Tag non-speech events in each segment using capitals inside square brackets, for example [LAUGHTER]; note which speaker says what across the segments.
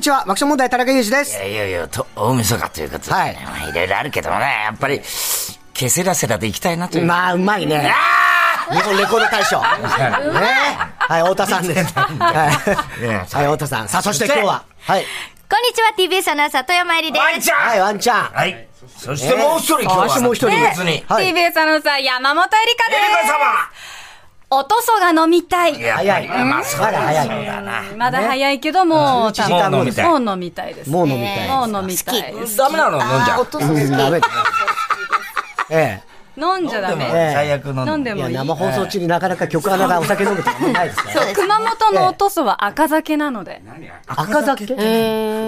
Speaker 1: ちは、爆笑問題田中裕二です。
Speaker 2: いよいよと大晦日ということで、ね、
Speaker 1: はい
Speaker 2: まあいろいろあるけどもね、やっぱり、ケセラセラで行きたいなという。
Speaker 1: まあ、うまいね。日本レコード大賞。ねはい、太田さんです。はい、はい、太田さん。さあ、そして今日は、はい、
Speaker 3: こんにちは、TBS アナウンサー、富山えりです。
Speaker 2: ワンちゃん
Speaker 1: はい、ワンちゃん。
Speaker 2: はい。そしてもう一人、今日は。
Speaker 1: あそしてもう一人
Speaker 2: 別に。
Speaker 1: はい
Speaker 3: TBS アナウンサー、山本えりか
Speaker 2: エレ
Speaker 3: です。おとそが飲みたい。
Speaker 2: カ様やっぱり
Speaker 1: 早い
Speaker 2: まあ、そう
Speaker 1: ま
Speaker 2: だ
Speaker 1: だ早い
Speaker 2: だな。
Speaker 3: まだ早いけど、も
Speaker 1: 11
Speaker 3: う、
Speaker 1: 時間後です
Speaker 2: も
Speaker 3: もう飲みたいです。
Speaker 1: もう飲みたい。
Speaker 3: もう飲みたいです。
Speaker 2: ダメなの飲んじゃう。
Speaker 1: うん、ダメだ。え
Speaker 3: 飲んじゃダ
Speaker 2: でも
Speaker 3: メ。
Speaker 1: ええ
Speaker 2: 最悪飲んで
Speaker 3: 飲んで
Speaker 1: え。い
Speaker 3: も
Speaker 1: や、
Speaker 3: いい。
Speaker 1: 生放送中になかなか曲穴がお酒飲むとかもないですからね。
Speaker 3: 熊本のおとそは赤酒なので。
Speaker 1: 赤酒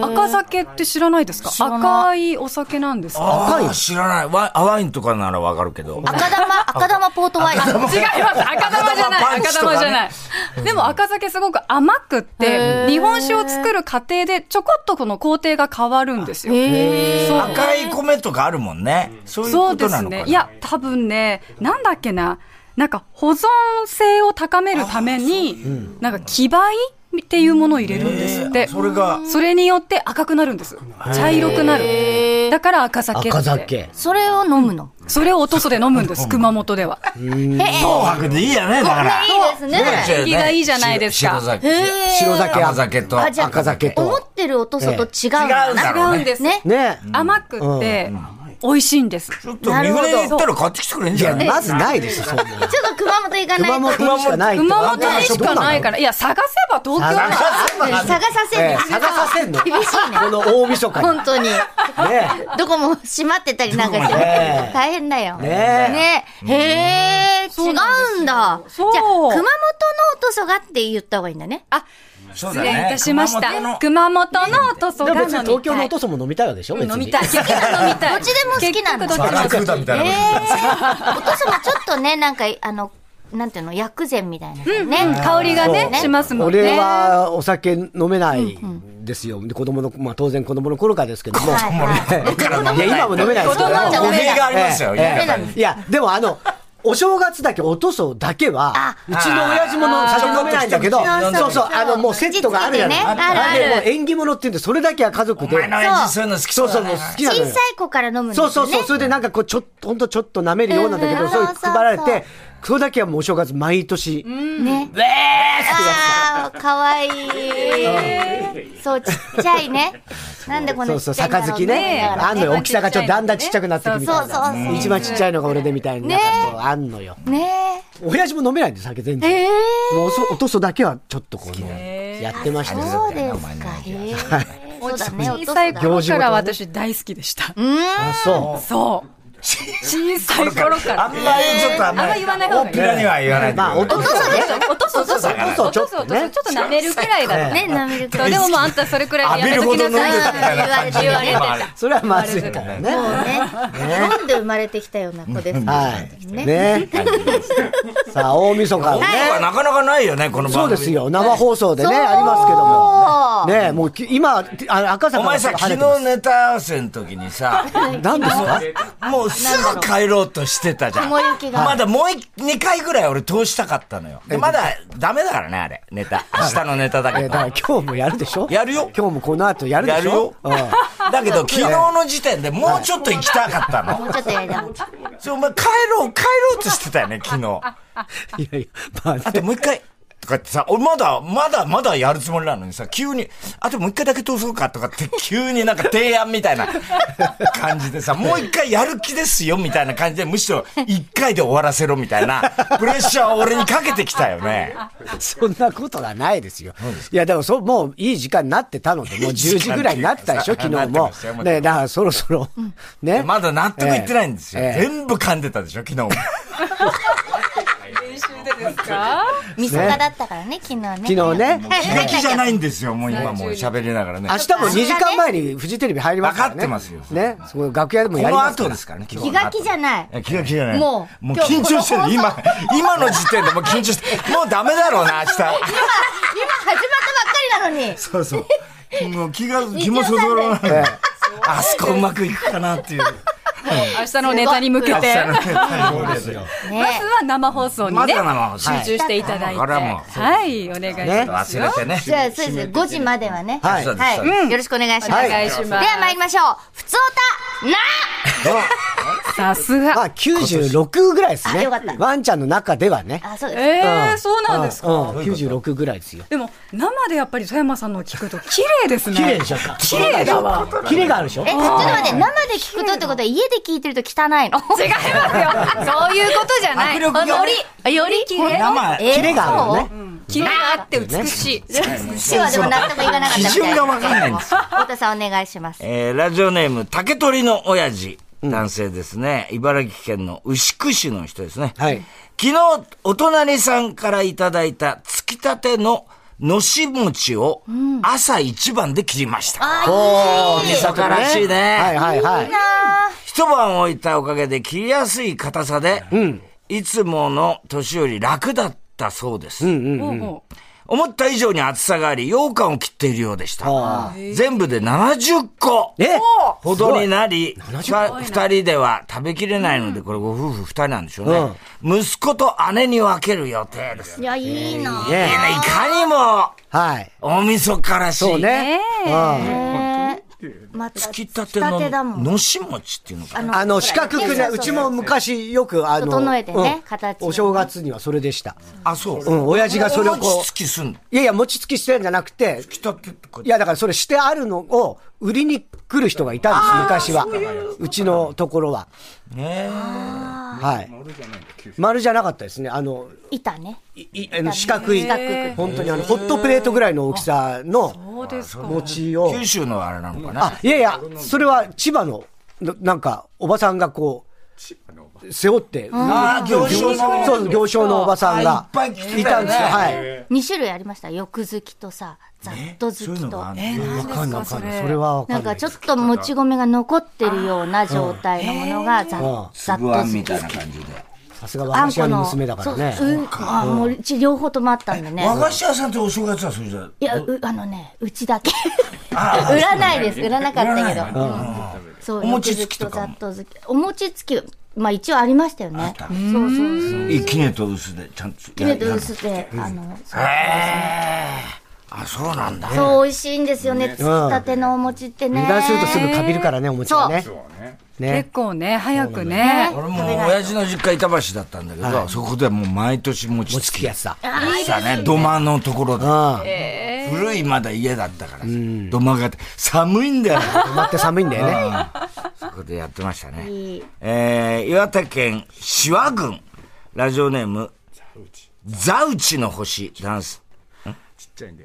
Speaker 3: 赤酒って知らないですか赤いお酒なんですか
Speaker 2: 赤い知らない。ワインワインとかならわかるけど。
Speaker 4: 赤玉、赤玉ポートワイン。
Speaker 3: 違います赤玉じゃな
Speaker 2: パ
Speaker 3: い
Speaker 2: ンチ
Speaker 3: 赤
Speaker 2: とかね
Speaker 3: 玉じゃないでも赤酒すごく甘くって日本酒を作る過程でちょこっとこの工程が変わるんですよそう
Speaker 2: 赤い米とかあるもんね。そういう
Speaker 3: そ
Speaker 2: こ
Speaker 3: うで
Speaker 2: とな
Speaker 3: す
Speaker 2: のか
Speaker 3: ね
Speaker 2: な。
Speaker 3: いや多分ねなんだっけななんか保存性を高めるためになんか木灰っていうものを入れるんですって、
Speaker 2: それが、
Speaker 3: それによって赤くなるんです茶色くなるだから赤酒って
Speaker 1: 赤酒。
Speaker 4: それを飲むの。
Speaker 3: それをおとそで飲むんです熊本では
Speaker 2: 紅白でいいやね、だから。
Speaker 4: いいですね。
Speaker 3: 縁起がいいじゃないです
Speaker 2: 白
Speaker 3: か
Speaker 2: 酒。
Speaker 4: へー
Speaker 1: 白酒、
Speaker 2: 甘酒と
Speaker 4: あじゃあ
Speaker 1: 赤酒
Speaker 4: 思
Speaker 1: と。
Speaker 4: ってるおとそと違うの
Speaker 2: 違う
Speaker 4: か
Speaker 2: んだ
Speaker 4: な。
Speaker 2: ろう
Speaker 3: 違うん
Speaker 2: ね。
Speaker 3: です
Speaker 4: ね。
Speaker 1: ね
Speaker 3: 甘くって美味しいんです
Speaker 2: ちょっと三船行ったら買ってきてくれんじゃ
Speaker 1: え。
Speaker 2: ない
Speaker 1: まずないですよ、そんなの。
Speaker 4: ちょっと熊本行かない
Speaker 1: 熊
Speaker 4: と。
Speaker 1: 本にしかないと。
Speaker 3: 熊本にしかないからいや探せば東京な
Speaker 1: 探
Speaker 3: の
Speaker 1: せば
Speaker 4: 探させ
Speaker 1: え
Speaker 4: る
Speaker 1: え。探させんの。
Speaker 4: 厳しいね
Speaker 1: この大晦日に。ね
Speaker 4: 本当に。どこも閉まってたりなんかして
Speaker 1: ね。
Speaker 4: 大変だよ。
Speaker 1: ね
Speaker 4: ねへえ、違うんだ。じゃ
Speaker 3: そう
Speaker 4: あ、熊本のおとそがって言った方がいいんだね。
Speaker 3: あ
Speaker 2: そう
Speaker 3: 失
Speaker 2: だね
Speaker 3: 礼いたしました
Speaker 2: 熊本の
Speaker 3: 熊本のおとそ
Speaker 1: え。で
Speaker 3: が
Speaker 1: も別
Speaker 3: 飲みた
Speaker 1: に
Speaker 3: い
Speaker 1: 東京のお父さんも飲みたいわけでしょ別
Speaker 3: 飲
Speaker 1: に
Speaker 3: みたい。結局飲みたい。
Speaker 4: どっちでも好きなんだ
Speaker 3: 結局どっちでも好き
Speaker 2: たみたい
Speaker 4: ええ。おとそもちょっとね、なんか、あの、なんていうの、薬膳みたいな。
Speaker 3: うん、
Speaker 4: ね。
Speaker 3: 香りが
Speaker 1: そう
Speaker 3: ね、しますもんね。
Speaker 1: 俺はお酒飲めないですよ。で子供の、まあ当然子供の頃からですけども。
Speaker 4: はいは
Speaker 2: だ
Speaker 4: い
Speaker 2: から飲めない
Speaker 1: いや、今も飲めないですけど
Speaker 3: 子供じゃ飲めない
Speaker 2: 語弊がありますよ
Speaker 1: ええええ
Speaker 2: 言い方に
Speaker 1: いや、でもあの、お正月だけ、おとそだけは
Speaker 4: あ、
Speaker 1: うちの親父もの
Speaker 2: あー
Speaker 1: 酒飲めないんだけど、
Speaker 2: ちょっと一口飲んだ
Speaker 1: そうそう、あの、もうセットがあるじゃない。
Speaker 4: 実はね
Speaker 1: あ
Speaker 4: あ
Speaker 1: れ
Speaker 4: る
Speaker 1: も
Speaker 4: あ
Speaker 1: う縁起物って言うんで、それだけは家族
Speaker 2: お前
Speaker 1: で。
Speaker 2: の親父そういうの好き
Speaker 1: そうそ
Speaker 2: だ
Speaker 1: う、
Speaker 2: な
Speaker 1: もう好き
Speaker 4: 小
Speaker 1: なのよ
Speaker 4: さ。い子から飲むんです
Speaker 1: そう
Speaker 4: よね。
Speaker 1: そうそう、それでなんかこう、ちょっと、ほんとちょっと舐めるようなんだけ
Speaker 4: うん
Speaker 1: ど、
Speaker 4: うん
Speaker 1: そういう
Speaker 4: そうそうそう
Speaker 1: 配られて、それだけはもうお正月毎年。
Speaker 4: ね。ああ、かわいい。そう、ちっちゃいね。なんでこん
Speaker 1: そ
Speaker 4: な
Speaker 1: う
Speaker 4: ち
Speaker 1: そう、
Speaker 4: っちゃいんだろう
Speaker 1: 杯ね。あんのよ、大きさがちょっとだんだんちっちゃくなってくみたい
Speaker 4: そうそうそ
Speaker 1: な。
Speaker 4: う
Speaker 1: 一番ちっちゃいのが俺でみたいな、なんかこうあんのよ。
Speaker 4: ね
Speaker 1: 親父も飲めないんで、酒全
Speaker 4: え。
Speaker 1: 然。
Speaker 4: ええ。
Speaker 1: もうおそおとそだけはちょっとこうね、やってましたけど
Speaker 4: そうですか。へえ。そうだね、お父
Speaker 3: 小
Speaker 4: さ
Speaker 3: さ
Speaker 4: ん
Speaker 3: い
Speaker 4: だ。
Speaker 3: 頃から私大好きでした。
Speaker 1: あ、そ
Speaker 3: そう。小さい頃か
Speaker 2: あ
Speaker 3: ら
Speaker 2: ん。まりちょっとあん
Speaker 3: あん
Speaker 2: ま
Speaker 3: ま
Speaker 2: り
Speaker 3: 言わない方が
Speaker 2: 大っ
Speaker 3: いい
Speaker 2: ぴらには言わないで
Speaker 1: う。
Speaker 2: くだ
Speaker 1: ま
Speaker 2: さ
Speaker 1: あ、
Speaker 2: い
Speaker 1: おとそだね。
Speaker 3: おとそ、おとそ、おとそ、おとそ、ちょっと舐めるくらいだね。
Speaker 4: ね、なめるく
Speaker 3: そ
Speaker 4: ら
Speaker 3: う
Speaker 4: い。
Speaker 3: でももうあんたそれくらいや
Speaker 2: 浴びる
Speaker 3: めと
Speaker 2: ほ
Speaker 3: き
Speaker 2: ど飲
Speaker 3: な
Speaker 2: んでたみたい
Speaker 3: さい。[LAUGHS]
Speaker 2: な感じ
Speaker 4: 言われてた
Speaker 2: もある
Speaker 1: それはまずいからね。
Speaker 4: ね。飲んで生まれてきたような子です。
Speaker 1: はい。
Speaker 4: ね
Speaker 1: ね。さあ、大晦日をね。
Speaker 2: 男はなかなかないよね、この
Speaker 1: そ
Speaker 2: 番
Speaker 1: う
Speaker 2: 組。
Speaker 1: です。よ。生放送でね、
Speaker 4: そう
Speaker 1: ありますけども。ね、もうき今、あの赤坂
Speaker 2: お前さ、昨日ネタ合わせの時にさ、
Speaker 1: 何ですか
Speaker 2: もうすぐ帰ろうとしてたじゃん。
Speaker 4: 雲行きが
Speaker 2: まだもう一2回ぐらい俺通したかったのよ。でまだダメだからね、あれ。ネタ。明日のネタだ
Speaker 1: え
Speaker 2: け
Speaker 1: だから [LAUGHS]
Speaker 2: ど。
Speaker 1: 今日もやるでしょ
Speaker 2: やるよ
Speaker 1: 今日もこの後やるで
Speaker 2: や
Speaker 1: し
Speaker 2: るよ
Speaker 1: ょ。うん
Speaker 2: だけど、昨日の時点でもうちょっと行きたかった
Speaker 4: も
Speaker 2: の。
Speaker 4: うちょっとやりたい。
Speaker 2: そう、お前帰ろう、帰ろうとしてたよね、昨日。
Speaker 1: いやいや、まあ
Speaker 2: あともう一回。とかってさ、俺まだ、まだ、まだやるつもりなのにさ、急に、あともう一回だけ通そうかとかって、 [LAUGHS] 急になんか提案みたいな [LAUGHS] 感じでさ、もう一回やる気ですよみたいな感じで、むしろ一回で終わらせろみたいな、プレッシャーを俺にかけてきたよね。
Speaker 1: そんなことがないですよ。いや、でもそう、もういい時間になってたので、もう10時ぐらいになってたでしょ、
Speaker 2: いい時
Speaker 1: 昨
Speaker 2: 間
Speaker 1: 日
Speaker 2: になっ
Speaker 1: も
Speaker 2: てましたよ。もちろん
Speaker 1: ね、だからそろそろ、ね。
Speaker 2: まだ納得いってないんですよ。
Speaker 1: ええええ
Speaker 2: 全部噛んでたでしょ、昨日
Speaker 4: [LAUGHS]
Speaker 2: も。
Speaker 3: 練習でですか
Speaker 4: 味噌がだったからね、昨日ね。
Speaker 1: 昨日ね
Speaker 4: はい
Speaker 2: 気が気じゃないんですよ、もう今もう喋りながらね
Speaker 1: 明。日も2時間前にフジテレビ入りますからね。
Speaker 2: わかってますよ
Speaker 1: ね。そこ楽屋でも
Speaker 2: こ
Speaker 1: やり
Speaker 2: の
Speaker 1: ますか
Speaker 2: 後で
Speaker 1: ら。
Speaker 2: すからね、昨
Speaker 4: 気
Speaker 2: 日の
Speaker 4: が
Speaker 2: 後
Speaker 4: 気じゃない。
Speaker 2: いや気が気じゃない。
Speaker 4: もう
Speaker 2: もう緊張してる。今、今の時点でもう緊張して、もうダメだろう
Speaker 4: [LAUGHS]
Speaker 2: な、明日。
Speaker 4: 今、今始まったばっかりなのに。
Speaker 2: そうそう。もう気が、気もそぞろない。あそこうまくいくかなっていう。
Speaker 3: 明日のネタに向けて、まず
Speaker 2: そうですよ。
Speaker 4: ね
Speaker 3: は生放送に
Speaker 2: ま
Speaker 3: ね、
Speaker 2: だなの、
Speaker 3: 集中していただいて、
Speaker 2: これはもう
Speaker 3: はい、お願いします
Speaker 2: 忘
Speaker 3: よ。
Speaker 2: れてね。
Speaker 4: じゃあ、そうです。5時まではね。
Speaker 1: はい
Speaker 2: そうですそう
Speaker 4: はい。よろしくお願いします。
Speaker 1: お願
Speaker 3: いします
Speaker 4: では参りましょう。ふつおた、な
Speaker 3: さす
Speaker 1: ま
Speaker 3: が。
Speaker 1: あ、96ぐらいです
Speaker 4: あ
Speaker 1: ね
Speaker 4: よかった。
Speaker 1: ワンちゃんの中ではね。
Speaker 4: あ、そうです。
Speaker 3: え
Speaker 1: う
Speaker 3: ー、
Speaker 1: ん
Speaker 3: そうなんですか。
Speaker 1: うんうん96ぐらいですよ。
Speaker 3: でも、生でやっぱり富山さんのを聞くと、綺麗ですね。
Speaker 1: 綺麗でしょうか
Speaker 3: 綺麗だわ。違い
Speaker 1: キレがあるでしょ
Speaker 4: え、ちょっと待って、生で聞くとってことは家で聞いてると汚いの。違いますよ。そういうことじゃない。
Speaker 2: 迫力が
Speaker 4: より、より綺麗
Speaker 2: 生
Speaker 4: えー
Speaker 1: キレがあるよね
Speaker 4: そう
Speaker 3: 綺麗があって美しい。
Speaker 4: うちはでも納得いかなかったみたい。
Speaker 2: 基準がわかんないんです
Speaker 4: よ。太田さんお願いします。
Speaker 2: えーラジオネーム、竹取の親父。男性ですね。茨城県の牛久市の人ですね。
Speaker 1: はい
Speaker 2: 昨日、お隣さんからいただいた、つきたての、のし餅を、朝一番で切りました。
Speaker 1: おー、
Speaker 2: いい素晴らしいね
Speaker 1: はいはいはい。
Speaker 2: 一晩置いたおかげで切りやすい硬さで、いつもの年より楽だったそうです。
Speaker 3: もうもう
Speaker 2: 思った以上に厚さがあり、羊羹を切っているようでした。全部で70個
Speaker 1: え
Speaker 2: ほどになり、二二人では食べきれないので、これご夫婦二人なんでしょうね。息子と姉に分ける予定です。い
Speaker 4: いや、いいな。
Speaker 1: ね
Speaker 2: やいかにも、
Speaker 1: はい。
Speaker 2: お味噌からしい。
Speaker 1: そうね。うん
Speaker 4: えーまた、
Speaker 2: つき
Speaker 4: き
Speaker 2: たて
Speaker 4: たてだ
Speaker 2: の、
Speaker 4: もん
Speaker 2: のし餅っていうのかな。
Speaker 1: あの、四角く
Speaker 4: そうそう
Speaker 1: ね、
Speaker 4: そう
Speaker 1: うちも昔よく、あの、
Speaker 4: 整えてね
Speaker 1: うん
Speaker 4: 形を
Speaker 1: お正月にはそれでした。
Speaker 2: あ、そう。
Speaker 1: うん、親父がそれを
Speaker 2: お
Speaker 1: こ
Speaker 2: 餅つきすんの。
Speaker 1: う、いやいや、餅つきしてるんじゃなくて、
Speaker 2: きたてとか
Speaker 1: い。や、だからそれしてあるのを売りに来る人がいたんです、昔は。うちのところは。
Speaker 2: ね
Speaker 1: はい。丸じゃなかったですね。あの、
Speaker 4: 板ね。
Speaker 1: いいあの四角い
Speaker 4: 四角、
Speaker 1: 本当にあの、ホットプレートぐらいの大きさの
Speaker 3: そうですか。
Speaker 1: 餅を。
Speaker 2: 九州のあれなのかな。
Speaker 1: あ、いやいや、それは千葉の、ななんか、おばさんがこう、背負って、
Speaker 2: あー行商の
Speaker 1: そう、行商のおばさん
Speaker 2: あい
Speaker 1: が
Speaker 2: っぱい来てたよね
Speaker 1: いたんですよ。はい。
Speaker 4: 2種類ありました。欲好きとさ、ざっと好
Speaker 2: そういう
Speaker 4: き
Speaker 2: の
Speaker 4: と
Speaker 2: があ。る
Speaker 3: えー、何ですか、それ。
Speaker 1: それはわ
Speaker 4: な
Speaker 1: か
Speaker 4: ん
Speaker 1: んない。
Speaker 4: かちょっともち米が残ってるような状態のものがざ
Speaker 1: うん
Speaker 4: ざっと
Speaker 2: ぶあん
Speaker 4: 好
Speaker 2: み
Speaker 4: き
Speaker 2: たいな感じで。
Speaker 1: さすが和菓子屋の娘だからね。
Speaker 4: そううんあもううち両方ともあったんでね。
Speaker 2: 和菓子屋さんってお正月はそれじゃ。
Speaker 4: いや、うあのね、うちだけ。 [LAUGHS] 売らないです。売らなかったけど。うんそう、
Speaker 2: お餅つきとかも
Speaker 4: よくずっとざっと好き。お餅つき、まあ一応ありましたよね。そうそうそう。
Speaker 2: いいきねと薄で、ちゃんと。
Speaker 4: けれど薄で、あの、そう
Speaker 2: へーあ、そうなんだ。
Speaker 4: そう美味しいんですよね。つきたてのお餅ってね。
Speaker 1: 油断するとすぐかびるからね、お餅はね。
Speaker 3: 結
Speaker 1: ね。
Speaker 3: 構ね、早くね。
Speaker 2: 俺も親父の実家板橋だったんだけど、そこではもう毎年餅
Speaker 1: 餅
Speaker 2: つ
Speaker 1: つ
Speaker 2: き
Speaker 1: きやつだ。
Speaker 2: さね、土間のところで。
Speaker 1: あ
Speaker 2: 古いまだ家だったからさ、土間があって、寒いんだよ。
Speaker 1: あ。待って寒いんだよね。
Speaker 2: そこでやってました
Speaker 4: い
Speaker 2: ね
Speaker 4: い。
Speaker 2: えー、岩手県志和郡、ラジオネーム、ザウチの星、ダンス。あ、ちっちゃいん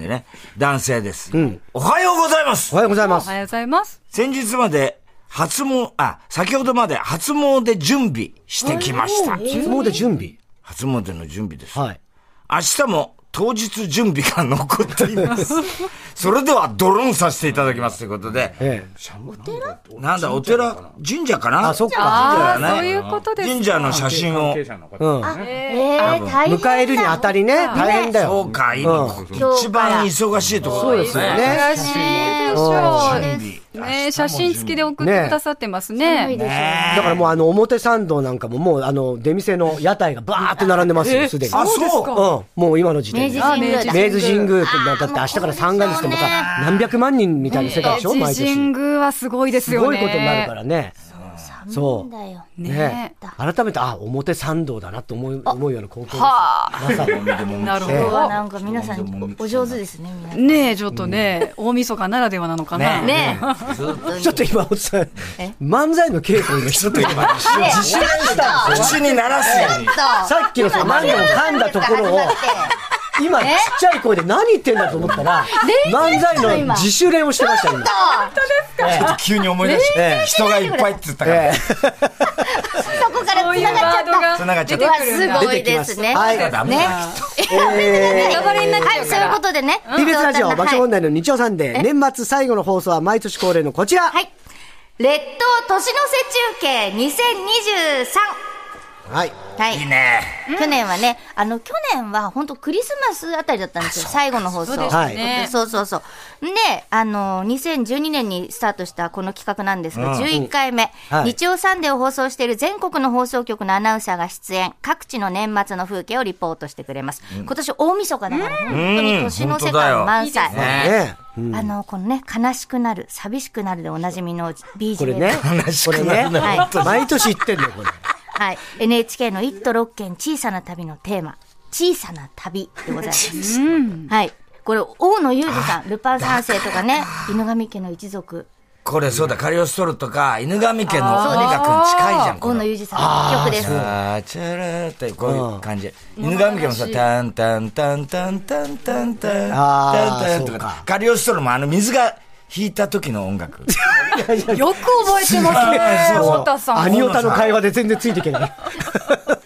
Speaker 2: でね。男性です。おはようございます
Speaker 1: おはようございま
Speaker 3: お
Speaker 1: す
Speaker 3: は。ようございます。
Speaker 2: 先日まで初詣、あ、先ほどまで初詣準備してきました。
Speaker 1: もうで準備。
Speaker 2: 初詣の準備です。
Speaker 1: はい。
Speaker 2: 明日も当日準備が残っています。 [LAUGHS] それではドローンさせていただきますということで、
Speaker 1: え
Speaker 2: なんだ、お寺、神社かな
Speaker 1: あそっか
Speaker 2: 神社
Speaker 3: あ
Speaker 2: だ
Speaker 3: あ、そうい
Speaker 2: ね。
Speaker 3: うことです。
Speaker 2: 神社の写真を。
Speaker 1: え。うん。
Speaker 4: えー、大変だ。
Speaker 1: 迎えるにあたりね、大変だ
Speaker 2: そ
Speaker 1: よ
Speaker 2: う。か、今、一番忙しいところですね。
Speaker 1: ね。
Speaker 3: ねえ
Speaker 4: そう
Speaker 2: 準
Speaker 4: で
Speaker 2: 備。
Speaker 3: ねえ写真付きで送ってくださってますね。
Speaker 4: す。
Speaker 1: だからもうあの表参道なんかももうあの出店の屋台がバーって並んでますよ、すでに。
Speaker 2: あ、そ
Speaker 1: う
Speaker 2: う
Speaker 1: ん。もう今の時点
Speaker 4: 明
Speaker 1: で
Speaker 4: 治。神宮だ。
Speaker 1: 明治神宮ってだって明日から三月ですとまた何百万人みたいな世界でしょ、毎
Speaker 3: 明治神
Speaker 1: 年。
Speaker 3: 宮はすごいです
Speaker 1: す
Speaker 3: よ
Speaker 1: ご
Speaker 3: ね。
Speaker 1: いことになるからね。そ
Speaker 4: そうう。だよ。
Speaker 1: ね
Speaker 3: ね
Speaker 1: 改めて、あ、表参道だなと思う思うような光景です。
Speaker 3: はあ、
Speaker 1: まさに。
Speaker 3: なるほ
Speaker 4: 今日はな
Speaker 3: ど。
Speaker 4: んか皆さんお上手ですね、みんな。
Speaker 3: ねえ、ちょっとね、大晦日ならではなのかな。
Speaker 2: ね
Speaker 4: ね
Speaker 1: ちょっと今、おっさん、漫才の稽古今一つ
Speaker 4: え。ねえ、ちょっ
Speaker 2: 口に鳴らすように。
Speaker 4: と。
Speaker 1: さっきのさ、何でも噛んだところを、今、ちっちゃい声で何言ってんだと思ったら、漫才の自主練をしてました、今。
Speaker 2: ちょっと急に思い出して、
Speaker 1: ええ
Speaker 2: 人がいっぱいって言ったから。
Speaker 1: え
Speaker 4: そこから
Speaker 3: そうい
Speaker 4: 繋
Speaker 3: うワ
Speaker 4: がっちゃ
Speaker 3: ー
Speaker 4: っ
Speaker 3: ド
Speaker 4: た。
Speaker 2: 繋がっ
Speaker 3: が
Speaker 2: ちゃ
Speaker 3: 出
Speaker 2: ってた
Speaker 4: うわ、
Speaker 3: くるん
Speaker 4: す
Speaker 3: だ。
Speaker 4: ごいですね。
Speaker 1: はい
Speaker 4: ね。
Speaker 1: え
Speaker 3: ネタバレになっちゃ
Speaker 4: は
Speaker 3: う
Speaker 4: い、
Speaker 3: か
Speaker 4: そういう
Speaker 3: ら
Speaker 4: こ。とでね。
Speaker 1: ー TBS ラジオ
Speaker 4: はい
Speaker 1: 爆笑問題の日曜サンデー、年末最後の放送は毎年恒例のこちら。
Speaker 4: はい。列島年の瀬中継2023。
Speaker 1: はい。
Speaker 4: はい
Speaker 2: いいね。
Speaker 4: 去年はね、あの、去年は本当クリスマスあたりだったんですよ、最後の放送。
Speaker 3: そうで
Speaker 1: した
Speaker 3: ねはい
Speaker 4: そうそうそう。で、あの、2012年にスタートしたこの企画なんですが、11回目、
Speaker 1: はい
Speaker 4: 日曜サンデーを放送している全国の放送局のアナウンサーが出演、各地の年末の風景をリポートしてくれます。今年大晦日だから、本当に年の世界満載。
Speaker 3: うん本当だよいい
Speaker 2: ね
Speaker 3: です
Speaker 1: ねえ
Speaker 4: あの、このね、悲しくなる、寂しくなるでおなじみの BGM。
Speaker 1: これね。これね。
Speaker 4: はい
Speaker 1: 本当に毎年言ってんだよ、これ。
Speaker 4: はい。NHK の1都6県小さな旅のテーマ、小さな旅でございます。はい。これ、大野裕二さん、ルパン三世とかね、犬神家の一族。
Speaker 2: これそうだ、カリオストロとか、犬神家のとにかく近いじゃん、こ
Speaker 4: 大
Speaker 2: の
Speaker 4: 野裕二さんの曲です。
Speaker 2: あーチャラーってこういう感じ。犬神家もさ、タンタンタンタンタンタンタンタ
Speaker 1: あ
Speaker 2: ン
Speaker 1: ー
Speaker 2: タンと
Speaker 1: そう
Speaker 2: か
Speaker 1: か、
Speaker 2: カリオストロもあの水が引いた時の音楽。
Speaker 3: よく覚えてますね、
Speaker 2: そう
Speaker 3: 太田さ
Speaker 1: ア
Speaker 3: ん。
Speaker 1: ニオタの会話で全然ついていけない。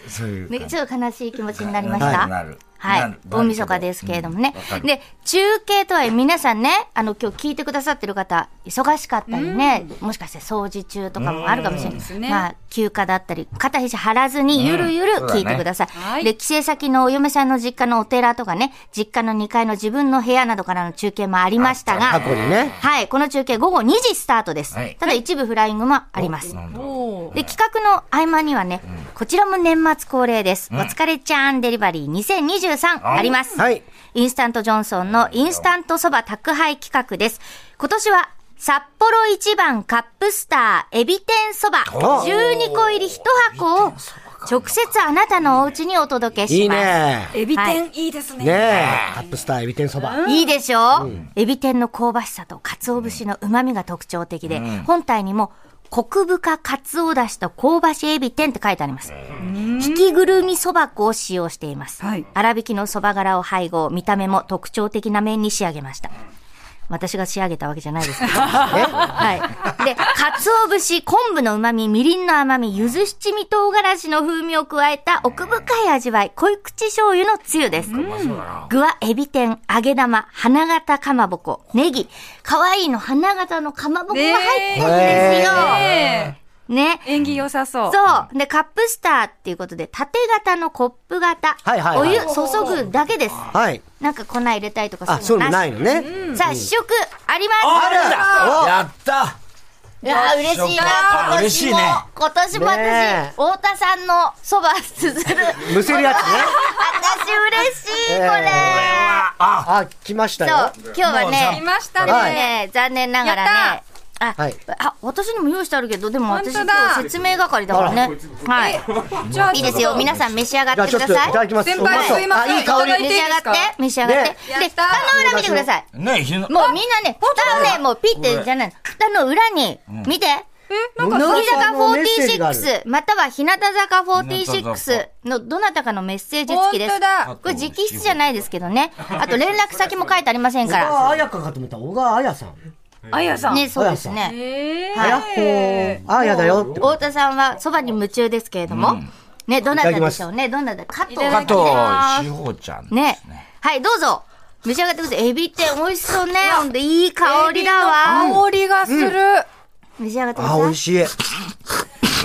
Speaker 2: そういう。
Speaker 4: ね、ちょっと悲しい気持ちになりました。
Speaker 2: なる
Speaker 4: は
Speaker 2: ないる。
Speaker 4: 大晦日ですけれどもね
Speaker 2: うんわか。る
Speaker 4: で、中継とはいえ皆さんね、あの、今日聞いてくださってる方、忙しかったりね、もしかして掃除中とかもあるかもしれ
Speaker 3: す
Speaker 4: ない。
Speaker 3: ね
Speaker 4: まあ、休暇だったり、肩肘張らずにゆるゆる
Speaker 2: うん
Speaker 4: 聞いてくださ。
Speaker 3: そうだねはいい
Speaker 4: で、帰省先のお嫁さんの実家のお寺とかね、実家の2階の自分の部屋などからの中継もありました
Speaker 1: 過
Speaker 4: が、
Speaker 1: 去にね。
Speaker 4: はい、この中継午後2時スタートです
Speaker 2: はい。
Speaker 4: ただ一部フライングもあります。
Speaker 3: おー
Speaker 4: で、企画の合間にはね、こちらも年末恒例です。お疲れちゃーんデリバリー2023あります。
Speaker 1: はい。
Speaker 4: インスタントジョンソンのインスタントそば宅配企画です。今年は札幌一番カップスターエビ天そば
Speaker 1: お
Speaker 4: 12個入り1箱を直接あなたのお家にお届け
Speaker 1: い
Speaker 4: し
Speaker 1: い
Speaker 4: ます。
Speaker 1: ね。
Speaker 3: エビ天いいです
Speaker 1: ね
Speaker 3: ね。
Speaker 1: え。カップスターエビ天そば。
Speaker 4: いいでしょ、エビ天の香ばしさと鰹節の旨味が特徴的で、本体にもコク深鰹だしと香ばしエビ天って書いてあります。ひきぐるみそば粉を使用しています。
Speaker 3: はい
Speaker 4: 粗挽きのそば殻を配合、見た目も特徴的な麺に仕上げました。私が仕上げたわけじゃないですけど。はい。で、鰹節、昆布の旨味、みりんの甘み、柚子七味唐辛子の風味を加えた奥深い味わい、濃い口醤油のつゆです。具はエビ天、揚げ玉、花形かまぼこ、ネギ、可愛いの花形のかまぼこが入ってるんですよ。
Speaker 3: ね
Speaker 4: ね。
Speaker 3: え演技良さそう。
Speaker 4: そう。で、カップスターっていうことで、縦型のコップ型。
Speaker 1: はいはい
Speaker 4: お
Speaker 1: はい
Speaker 4: 湯注ぐだけです。
Speaker 1: はい。
Speaker 4: なんか粉入れたりとか
Speaker 1: あ、そういうのない
Speaker 4: い。
Speaker 1: のね。
Speaker 4: さあ、試食あります。
Speaker 2: あるん
Speaker 1: お
Speaker 2: だやった
Speaker 4: いやー嬉しいな
Speaker 2: あ
Speaker 4: 今
Speaker 2: 嬉し
Speaker 4: 年
Speaker 2: い
Speaker 4: も、
Speaker 2: ね
Speaker 4: 今年も私、
Speaker 1: ねえ
Speaker 4: 太田さんのそばすする
Speaker 1: むせるやつね。
Speaker 4: 私嬉しい、
Speaker 1: ええ
Speaker 4: これ
Speaker 2: あ、
Speaker 1: あ、来ましたよ。
Speaker 4: そう今日は
Speaker 3: 来
Speaker 4: ね
Speaker 3: ました
Speaker 4: でも
Speaker 1: はい
Speaker 3: ね。
Speaker 4: ね残念ながらねあ,、
Speaker 1: はい
Speaker 4: あ私にも用意してあるけどでも私今
Speaker 3: 本当だ
Speaker 4: 日説明係だからねはい
Speaker 3: じゃあ
Speaker 4: いいですよ皆さん召し上がっ
Speaker 1: じゃあ
Speaker 4: て
Speaker 1: ちょ
Speaker 4: く
Speaker 1: っ
Speaker 4: だ
Speaker 1: とい
Speaker 4: さい
Speaker 1: ただきます。
Speaker 3: 先
Speaker 1: う
Speaker 3: 輩
Speaker 1: まそう
Speaker 3: すいません
Speaker 1: あ、いい香り
Speaker 3: いただ。
Speaker 4: 召し上がって
Speaker 3: い
Speaker 4: 召し上がって、
Speaker 1: ね
Speaker 4: で
Speaker 3: やっ
Speaker 4: 蓋
Speaker 3: た
Speaker 4: の裏見てください
Speaker 2: ねえ、ひな
Speaker 4: もうみんなね、蓋をね、もうピッてじゃないの。蓋の裏に、見て。
Speaker 1: なんか
Speaker 4: 乃木坂
Speaker 1: メッセージがある
Speaker 4: 46、または日向坂
Speaker 2: 日向
Speaker 4: 46
Speaker 2: 坂
Speaker 4: のどなたかのメッセージ付きです
Speaker 3: 本当だ。
Speaker 4: これ直筆じゃないですけどね。あと連絡先も書いてありませんか
Speaker 1: あやかかと思った。小川あやさん。
Speaker 3: あやさ
Speaker 4: ら。
Speaker 3: ん。
Speaker 4: ね、そうですね。
Speaker 3: え
Speaker 1: あやっほー。あやだよって。
Speaker 4: 太田さんはそばに夢中ですけれども。ね、どなたでしょうね。どなた加藤
Speaker 2: 加
Speaker 4: さん
Speaker 2: 藤志保ちゃん。
Speaker 4: ね。はい、どうぞ。召し上がってください。エビって美味しそうね。ほんといい香りだわ。
Speaker 3: エビの香りがする。
Speaker 4: 召し上がってくだ
Speaker 1: あ、美
Speaker 4: さい
Speaker 1: 味。しい。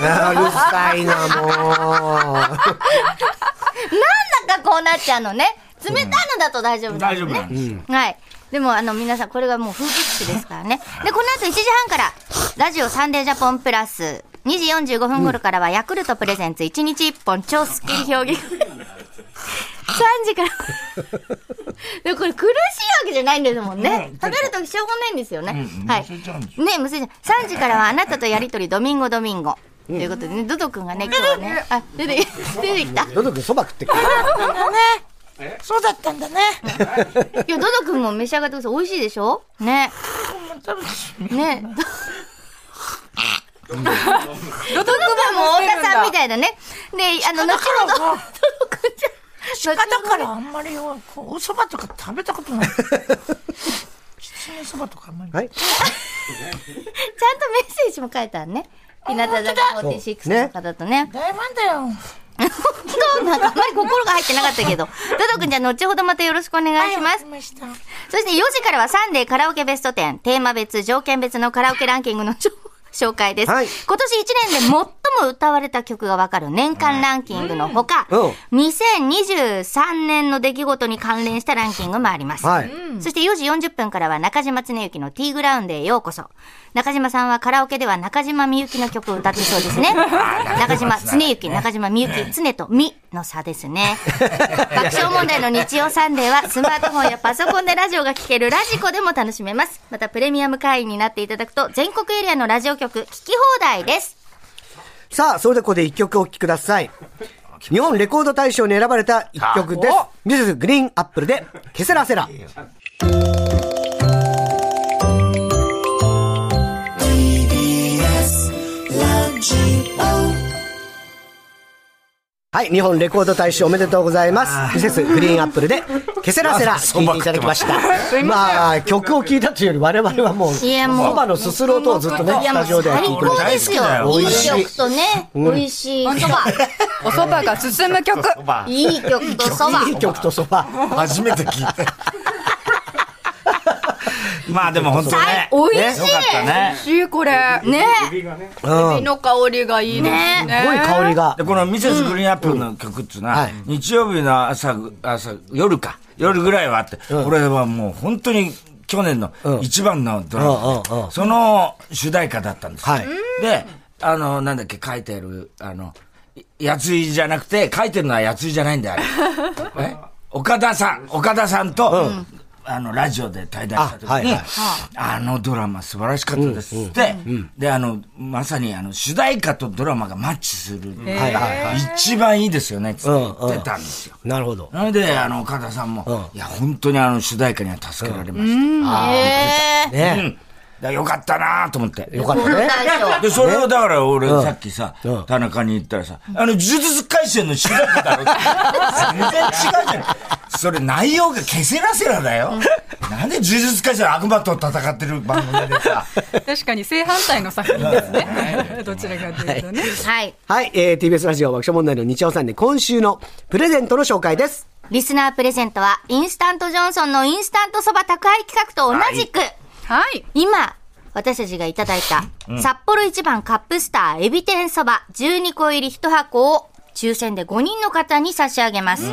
Speaker 1: あうるさいな、もう。
Speaker 4: なんだかこうなっちゃうのね。冷たいのだと大丈夫なんです
Speaker 2: 大丈
Speaker 4: ね。
Speaker 2: 夫なんです
Speaker 4: はい。でも、あの、皆さん、これがもう風物詩ですからね。で、この後1時半から、ラジオサンデージャポンプラス、2時45分頃からは、ヤクルトプレゼンツ1日1本超スッキリ表現。3時から。でもこれ苦しいわけじゃないんですもんね。食べるときしょうがないんですよね。はい。
Speaker 2: むせちゃうんで
Speaker 4: ね、むせちゃう。3時からはあなたとやりとり、ドミンゴドミンゴ。ということでね、ドド君がね、今日
Speaker 2: [LAUGHS]
Speaker 4: はね、あ、出て、出てきた。
Speaker 1: のどくんそば食ってくる。
Speaker 5: そうだったんだね。
Speaker 4: いや、ドド君も召し上がってください。美味しいでしょね。ね。ドド君も太田さんみたいだね。で、あの、後ほど、ドド君じゃ、
Speaker 5: だからあんまりこうお蕎麦とか食べたこと
Speaker 2: [LAUGHS]
Speaker 5: ない。きつね蕎麦とかあんまり。
Speaker 1: はい。
Speaker 4: ちゃんとメッセージも書いてあるね。日向坂46の方とね。
Speaker 5: 大ファンだよ。
Speaker 4: 本当なんかあんまり心が入ってなかったけど。ドド君じゃあ後ほどまたよろしくお願いします。
Speaker 5: ました。
Speaker 4: そして4時からはサンデーカラオケベスト10、テーマ別、条件別のカラオケランキングの紹介です。
Speaker 1: はい
Speaker 4: 今年1年で最もも歌われた曲がわかる年間ランキングのほか、
Speaker 1: うん
Speaker 4: 2023年の出来事に関連したランキングもあります。
Speaker 1: はい
Speaker 4: そして4時40分からは中島恒之の T グラウンドへようこそ。中島さんはカラオケでは中島みゆきの曲を歌ってそうですね。中島常之、中島みゆき、常とみの差ですね。爆笑問題の日曜サンデーはスマートフォンやパソコンでラジオが聴けるラジコでも楽しめます。またプレミアム会員になっていただくと全国エリアのラジオ局聞き放題です。
Speaker 1: さあ、それではここで一曲お聴きください。日本レコード大賞に選ばれた一曲です。ミセスグリーンアップルで、ケセラセラ。はい、日本レコード大賞おめでとうございます。ミセスグリーンアップルで、ケセラセラ、聴いていただきました。まあ、曲を聴いたというより我々はもう、そ
Speaker 4: いやもう
Speaker 1: ばのすすろうとをずっとね、
Speaker 4: いや
Speaker 1: ス
Speaker 4: も
Speaker 1: タ
Speaker 4: う
Speaker 1: ジオで聴いて
Speaker 4: 最高ですよ。
Speaker 1: 美
Speaker 4: いい
Speaker 1: 味しい
Speaker 4: 曲とね、美味しいそば。
Speaker 3: お蕎麦が進む曲。
Speaker 4: いい曲とそば。
Speaker 1: いい曲とそば。
Speaker 2: 初めて聞いた。まあでも本当ね。
Speaker 3: おい
Speaker 1: ね
Speaker 3: し
Speaker 2: よかったね。
Speaker 3: い、これ。ね。
Speaker 1: うん
Speaker 3: 海の香りがいいですね。
Speaker 1: すごい香りが
Speaker 2: で、。このミセスグリーンアップルの曲っていうのは、
Speaker 1: うんはい
Speaker 2: 日曜日の朝、朝、夜か、夜ぐらいはあって、これはもう本当に去年の一番のドラマで、
Speaker 1: うんうんうん
Speaker 2: その主題歌だったんですよ。
Speaker 1: はい
Speaker 2: で、あの、なんだっけ、書いてある、あの、いやついじゃなくて、書いてるのはやついじゃないんだよ、あ
Speaker 1: [LAUGHS]
Speaker 2: れえ岡田さん、岡田さんと、あの、ラジオで対談した時に、
Speaker 1: あはいはい
Speaker 2: あのドラマ素晴らしかったですって、で、あの、まさにあの、主題歌とドラマがマッチする。
Speaker 1: はいはいはい。
Speaker 2: 一番いいですよね、つって言ってたんですよ。
Speaker 1: なるほど。
Speaker 2: なので、あの、岡田さんも、いや、本当にあの、主題歌には助けられました。うん。
Speaker 4: え
Speaker 1: ね
Speaker 2: だよかったなと思って。
Speaker 1: よかっ
Speaker 4: ー、
Speaker 1: たね。
Speaker 4: 大将。
Speaker 2: で、それをだから俺さっきさ
Speaker 1: うん、
Speaker 2: 田中に言ったらさ、あの、呪術回戦の主題歌だろって全然違うじゃん。それ内容がケセラセラだよ。なんで呪術回戦の悪魔と戦ってる番組でさ、
Speaker 3: 確かに正反対の作品ですね。どちらかというとね。
Speaker 4: はい。
Speaker 1: はい、えー、TBS ラジオ爆笑問題の日曜さんで今週のプレゼントの紹介です。
Speaker 4: リスナープレゼントは、インスタントジョンソンのインスタントそば宅配企画と同じく、
Speaker 3: はい。
Speaker 4: 今、私たちがいただいた、札幌一番カップスターエビ天そば12個入り1箱を、抽選で5人の方に差し上げます。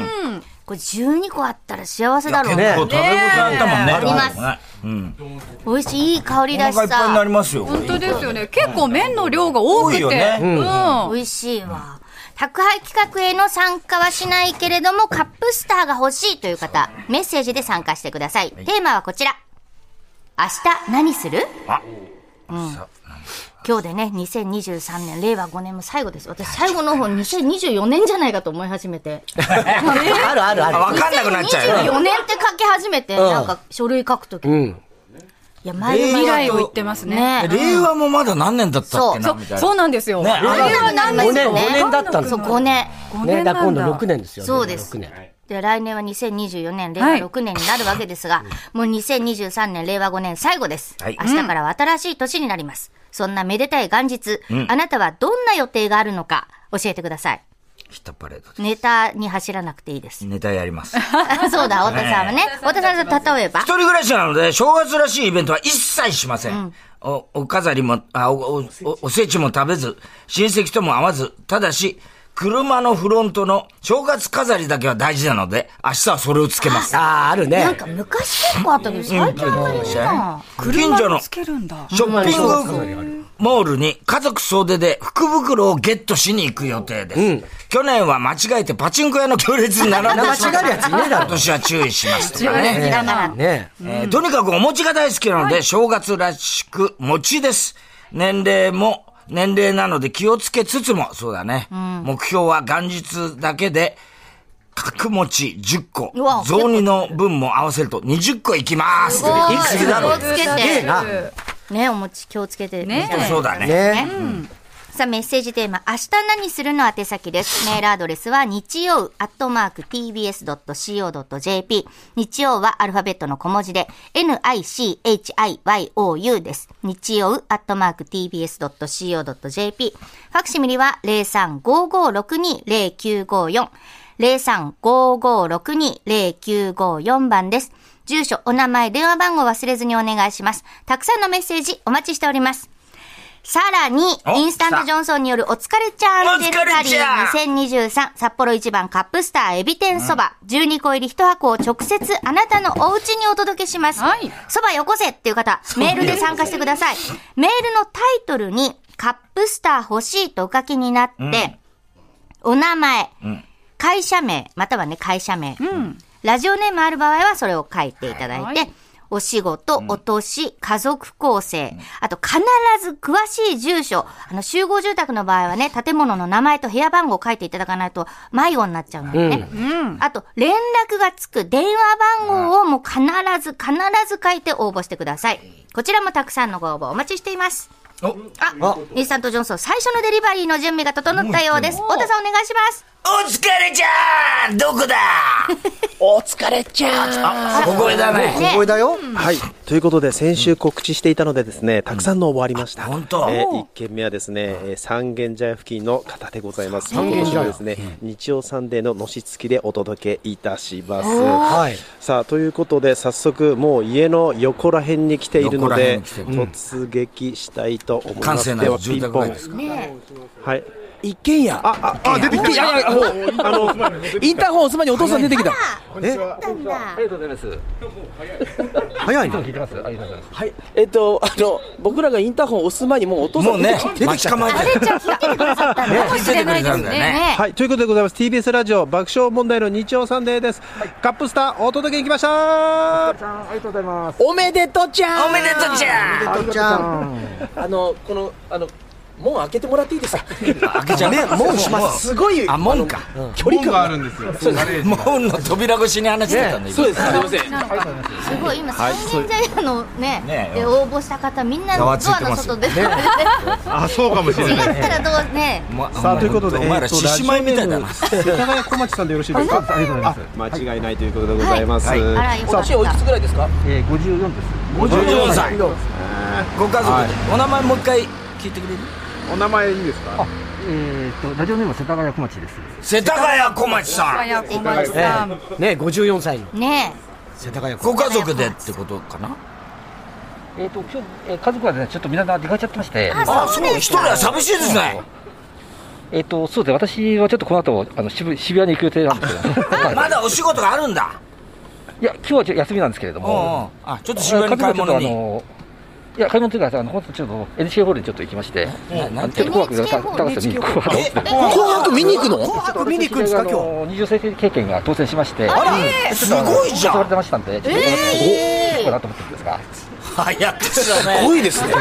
Speaker 4: これ12個あったら幸せだろ
Speaker 2: 結
Speaker 4: うね。
Speaker 2: 構食べ応えあったもんね。
Speaker 4: あります
Speaker 2: ねうん。
Speaker 4: 美味しい、いい香り
Speaker 2: お
Speaker 4: だし
Speaker 2: 腹いっぱいになり
Speaker 4: さ。
Speaker 2: ますよ。
Speaker 3: 本当ですよね。結構麺の量が多く
Speaker 2: 多い
Speaker 3: て。
Speaker 2: よね
Speaker 3: うん。
Speaker 4: 美味しいわ。宅配企画への参加はしないけれども、カップスターが欲しいという方、メッセージで参加してください。テーマはこちら。明日何する
Speaker 2: さ
Speaker 4: 今日でね、2023年、令和5年も最後です。私、最後の方、2024年じゃないかと思い始めて。
Speaker 1: あるあるある。
Speaker 2: わかんなくなっちゃうよ。
Speaker 4: 2024年って書き始めて、なんか書類書くとき。い
Speaker 1: うん。
Speaker 4: や、前
Speaker 3: 未来を言ってますね。
Speaker 4: ね。
Speaker 2: 令和もまだ何年だったっけな
Speaker 4: そ
Speaker 2: みたい
Speaker 3: そうなんですよ。
Speaker 2: な。ね、あれ
Speaker 4: は何
Speaker 1: 5
Speaker 4: 年
Speaker 1: 年、5
Speaker 4: よ
Speaker 1: 年だったんです
Speaker 4: そう、5年。
Speaker 3: 5
Speaker 1: ね、
Speaker 3: 年
Speaker 1: だから
Speaker 3: なん
Speaker 1: 今度
Speaker 3: だ。
Speaker 1: 6年ですよね。
Speaker 4: そうです
Speaker 1: 6年。
Speaker 4: で、来年は2024年、令和
Speaker 3: はい
Speaker 4: 6年になるわけですが、もう2023年、令和5年最後です。
Speaker 2: はい
Speaker 4: 明日からは新しい年になります。そんなめでたい元日、あなたはどんな予定があるのか教えてください。
Speaker 2: ヒットパレードで
Speaker 4: ネタに走らなくていいです [LAUGHS]
Speaker 2: す。。ネタやります。
Speaker 4: あそうだ、太田さんはね。太田さんと例えば
Speaker 2: 一。人暮らしなので、正月らしいイベントは一切しません。お、お飾りも、あお、お、おおせちも食べず、親戚とも会わず、ただし、車のフロントの正月飾りだけは大事なので、明日はそれをつけます。
Speaker 1: ああ、ある
Speaker 4: なん
Speaker 1: ね。
Speaker 4: か昔結構あったけど、最近あんまり見な
Speaker 2: 近所の
Speaker 3: つけるんだ。
Speaker 2: ショッピングモールに家族総出で福袋をゲットしに行く予定です。去年は間違えてパチンコ屋の行列に並んで
Speaker 1: 間
Speaker 2: ました
Speaker 1: 違えるやついねえだ
Speaker 2: 今
Speaker 1: ろ。
Speaker 2: 年は注意しますとかね。
Speaker 4: い。だから、
Speaker 1: ね
Speaker 2: えーとにかくお餅が大好きなので、正月らしく餅です。年齢も、年齢なので気をつけつつも、そうだね。目標は元日だけで、角餅10個
Speaker 4: うわ、
Speaker 2: 雑煮の分も合わせると20個いきます。
Speaker 4: ごい
Speaker 2: 言い過ぎだろ
Speaker 4: 気をつけて
Speaker 1: えな。
Speaker 4: ね、お餅気をつけて。
Speaker 3: ね
Speaker 2: でもそうだね。
Speaker 1: ね
Speaker 4: さあ、メッセージテーマ、明日何するの宛先です。メールアドレスは、日曜、アットマーク、tbs.co.jp。日曜はアルファベットの小文字で、nichiyou です。日曜、アットマーク、tbs.co.jp。ファクシミリは、0355620954。0355620954番です。住所、お名前、電話番号忘れずにお願いします。たくさんのメッセージお待ちしております。さらに、
Speaker 2: お
Speaker 4: インスタントジョンソンによるお疲れちゃんデリ
Speaker 2: お疲
Speaker 4: バ
Speaker 2: れ
Speaker 4: リ
Speaker 2: ちゃ
Speaker 4: ー2023札幌一番カップスターエビ天そば、12個入り1箱を直接あなたのお家にお届けします。
Speaker 3: はい
Speaker 4: そばよこせっていう方、メールで参加してください。メールのタイトルに、カップスター欲しいとお書きになって、お名前、会社名、またはね、会社名、ラジオネームある場合はそれを書いていただいて、
Speaker 3: はい
Speaker 4: お仕事、お年、家族構成、あと必ず詳しい住所、あの集合住宅の場合はね、建物の名前と部屋番号を書いていただかないと迷子になっちゃうのでね。あと、連絡がつく電話番号をもう必ず、必ず書いて応募してください。こちらもたくさんのご応募お待ちしています。
Speaker 2: お、
Speaker 4: あ、インスタントジョンソン最初のデリバリーの準備が整ったようです。太田さんお願いします。
Speaker 2: お疲れちゃんどこだ
Speaker 5: お疲れちゃん。
Speaker 2: 小声だね。
Speaker 1: 小声だよ。はい。
Speaker 6: ということで、先週告知していたのでですね、たくさんの応募ありました。
Speaker 2: 本当
Speaker 6: えー一軒目はですね、えー三軒茶屋付近の方でございます。
Speaker 1: 三軒茶屋
Speaker 6: 今年はですね、日曜サンデーののし付きでお届けいたします。
Speaker 1: はい。
Speaker 6: さあということで早速もう家の横ら辺に来ている
Speaker 2: 横
Speaker 6: ので
Speaker 2: ら辺に来てる
Speaker 6: 突撃したいと思いま
Speaker 2: 閑
Speaker 6: す、
Speaker 2: 静
Speaker 6: で
Speaker 2: な
Speaker 6: は
Speaker 2: 住
Speaker 6: ピン
Speaker 2: 宅
Speaker 6: ポ
Speaker 2: 街
Speaker 6: ン
Speaker 2: ですか
Speaker 4: ね
Speaker 6: はい
Speaker 7: 一軒家。あ、あ、あ、出てきた。いやいや、もう、あの、インターホンおすまにお父さん出てきた。
Speaker 1: 早いね。
Speaker 7: はい。えっと、あの、僕らがインターホン押す前にもうお父さ
Speaker 2: もうん
Speaker 7: 出て
Speaker 2: ね
Speaker 7: きた。、
Speaker 2: 待ち構えてる。
Speaker 4: じゃあ、聞いててくださったんだ。
Speaker 3: かもしれないですね。
Speaker 4: ね
Speaker 6: はいということでございます TBS ラジオ爆笑問題の日曜サンデーです、カップスターお届けに来ました
Speaker 7: おめでとうちゃん
Speaker 2: おめでとうちゃん
Speaker 1: とっちゃん。
Speaker 7: あの、この、あの、門開けてもらっていいですか
Speaker 2: 開けちゃうね、もうします。
Speaker 7: すごい、
Speaker 2: あ、門か。
Speaker 7: 距離感があるんです。
Speaker 2: 門の扉越しに話してたんだ、
Speaker 7: そう
Speaker 2: 今。
Speaker 7: です、すいません。
Speaker 4: すごい、今、三軒茶屋のね、
Speaker 2: ね
Speaker 4: で応募した方、みんな
Speaker 2: ざ
Speaker 4: ド
Speaker 2: わ
Speaker 4: ア
Speaker 2: ついて
Speaker 4: の
Speaker 2: ます
Speaker 4: 外出 [LAUGHS] て、あ、そうかもしれない。違ったらどうね、
Speaker 6: さあということで
Speaker 2: お前ら
Speaker 6: えーと
Speaker 2: 獅子舞みたいだな
Speaker 6: ラ。ジオネーム世田谷小町さんでよろしいですかあ間違いないということでございます、
Speaker 2: はいはい
Speaker 4: あら、よかっ
Speaker 7: 私おいくつ
Speaker 4: た。
Speaker 7: ぐらいですか
Speaker 2: 54歳。ご家族で。お名前もう一回聞いてくれる
Speaker 6: お名前いいですか
Speaker 8: えー、とラジオネーム世田谷小町です。
Speaker 2: 世田谷小町さん。
Speaker 3: 早小林さん。
Speaker 1: ね、54歳の
Speaker 4: ね
Speaker 1: 世田谷区。
Speaker 2: ご家族でってことかな
Speaker 8: えっ、と、今日、えー家族はですね、ちょっとみんな出かけちゃってまして、
Speaker 2: あ、そう、一人は寂しいですね。
Speaker 8: えっ、と、そうですね、私はちょっとこの後、あの渋渋谷に行く予定なんですけど、
Speaker 2: まだお仕事があるんだ。
Speaker 8: いや、今日はちょっと休みなんですけれど
Speaker 2: うんうん
Speaker 8: も、
Speaker 2: あ、ちょっと渋谷に買い物
Speaker 8: 家族はちょっ
Speaker 2: に。
Speaker 8: とあのいや、買い物というか、あの、本当ちょっと NHK ホールにちょっと行きまして、
Speaker 2: な
Speaker 8: あ
Speaker 2: な
Speaker 8: の
Speaker 2: ん
Speaker 8: ち
Speaker 2: て
Speaker 8: ょっと紅白が高高さ見に行こうかと思って。
Speaker 7: 紅白見に行くの
Speaker 1: 紅白見に行くんですか、今日。
Speaker 8: 日常生経験が当選しまして、
Speaker 2: えすごいじゃ
Speaker 8: 誘われて
Speaker 2: ん。
Speaker 8: ましたんで、ちょっと、えー、こうかなと思ってるんですが、
Speaker 2: やってた
Speaker 7: す
Speaker 2: ね。
Speaker 7: ごいですね。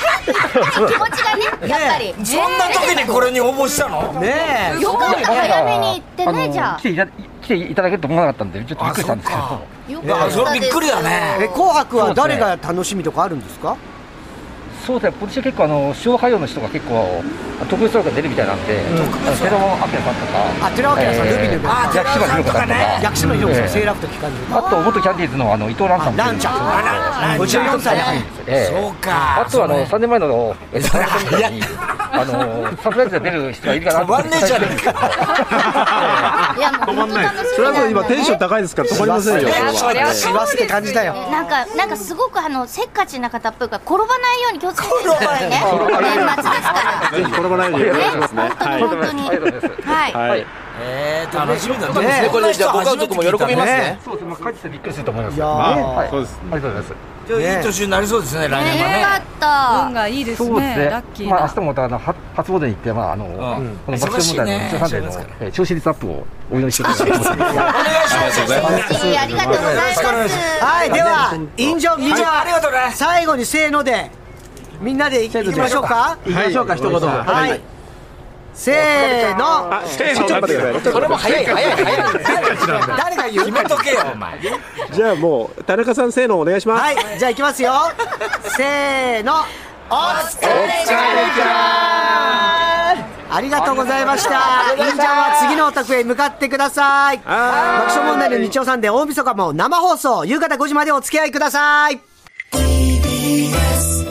Speaker 4: 気持ちがね、やっぱり。
Speaker 2: そんな時にこれに応募したの
Speaker 1: ね
Speaker 4: よかった、早めに行って
Speaker 8: あ
Speaker 4: ね、
Speaker 8: の
Speaker 4: じゃ
Speaker 8: 来ていた来ていただけると思わなかったんで、ちょっとびっくりしたんですけ
Speaker 2: あそ
Speaker 8: ど
Speaker 2: っか。
Speaker 4: あ。よ
Speaker 2: あ、そ
Speaker 4: か
Speaker 2: れびっくりだ
Speaker 1: え。え、
Speaker 2: ね。
Speaker 1: 紅白は誰が楽しみとかあるんですか
Speaker 8: そうですね、今年は結構あの、昭和歌謡の人が結構、特別賞が出るみたいなんで、あの寺尾明さんとか、
Speaker 1: あ、寺脇さん、
Speaker 8: えー
Speaker 1: ルビーの子
Speaker 2: あ、じゃあ、
Speaker 8: 薬師丸ひろ子さんとか、
Speaker 1: 薬師のひろ子さん、
Speaker 8: えー
Speaker 1: セーラフト期間中。
Speaker 8: あと元キャンディーズのあの伊藤蘭さんも
Speaker 1: ランちゃん。あら、54歳だ。
Speaker 8: ええ
Speaker 2: そうか。
Speaker 8: あとはあの、3年前の、え
Speaker 2: それ早い
Speaker 8: に、あの、サプライズで出る人がいるかな
Speaker 2: 止
Speaker 8: と思
Speaker 2: ま
Speaker 8: っ
Speaker 2: ん
Speaker 8: て。
Speaker 2: ねえじゃねえか。
Speaker 4: った。いや、もう本当楽しみなんだね
Speaker 6: それはそう今テンション高いですから止まりませんよこれは
Speaker 1: ね師走って感じだよ。
Speaker 4: なんか、なんかすごくあの、せっかちな方っぽいから、転ばないように気をつけてくださいね。年末ですから。
Speaker 6: ぜひ転ばないようにお願いしますね
Speaker 4: ね、
Speaker 6: はい
Speaker 4: 本当に本当に。はい。
Speaker 6: はい
Speaker 2: えー、楽しみだ
Speaker 1: ね
Speaker 2: ね。
Speaker 7: これでじゃあご家族も喜びますね。
Speaker 8: そうですね、まあ、帰ってきたらびっくりすると思います。
Speaker 1: いや
Speaker 8: はい
Speaker 1: ー
Speaker 8: はい
Speaker 6: そうです
Speaker 8: ありがとうございます。
Speaker 2: じゃあいい年になりそうですね、来年は
Speaker 4: ね、よか
Speaker 2: ね。
Speaker 4: った
Speaker 3: 運。がいいです
Speaker 8: そうです
Speaker 3: ね。
Speaker 8: ね
Speaker 3: ラッキー。
Speaker 8: まあ、明
Speaker 3: な
Speaker 8: 日。もまたあの、は初詣に行って、まあ、あの、
Speaker 2: ん
Speaker 8: この爆笑問題の日曜サンデ
Speaker 2: 忙しいね
Speaker 8: ーの、えー、調子率アップをお祈りしてくださいと思います。
Speaker 2: お願いします。
Speaker 4: いいありがとうございます。
Speaker 1: はい、では、飲上、みん
Speaker 2: 以上、あり
Speaker 1: な、
Speaker 2: がとうね。
Speaker 1: 最後にせーので、みんなで行きましょうか。
Speaker 7: 行きましょうか、一言。
Speaker 1: はい。せーの。
Speaker 6: ちょっと待ってください
Speaker 7: それも早い、早い、早い。
Speaker 1: 誰が言う
Speaker 2: [LAUGHS] 決めとけよ、お前。
Speaker 6: じゃあもう田中さんせーのお願いします、
Speaker 1: はい、じゃあ行きますよ。せーの。お疲れありがとうございました。インちゃんは次のお宅へ向かってください。爆
Speaker 6: はーい
Speaker 1: 笑問題の日曜さんで大晦日も生放送、夕方5時までお付き合いください。
Speaker 9: TBS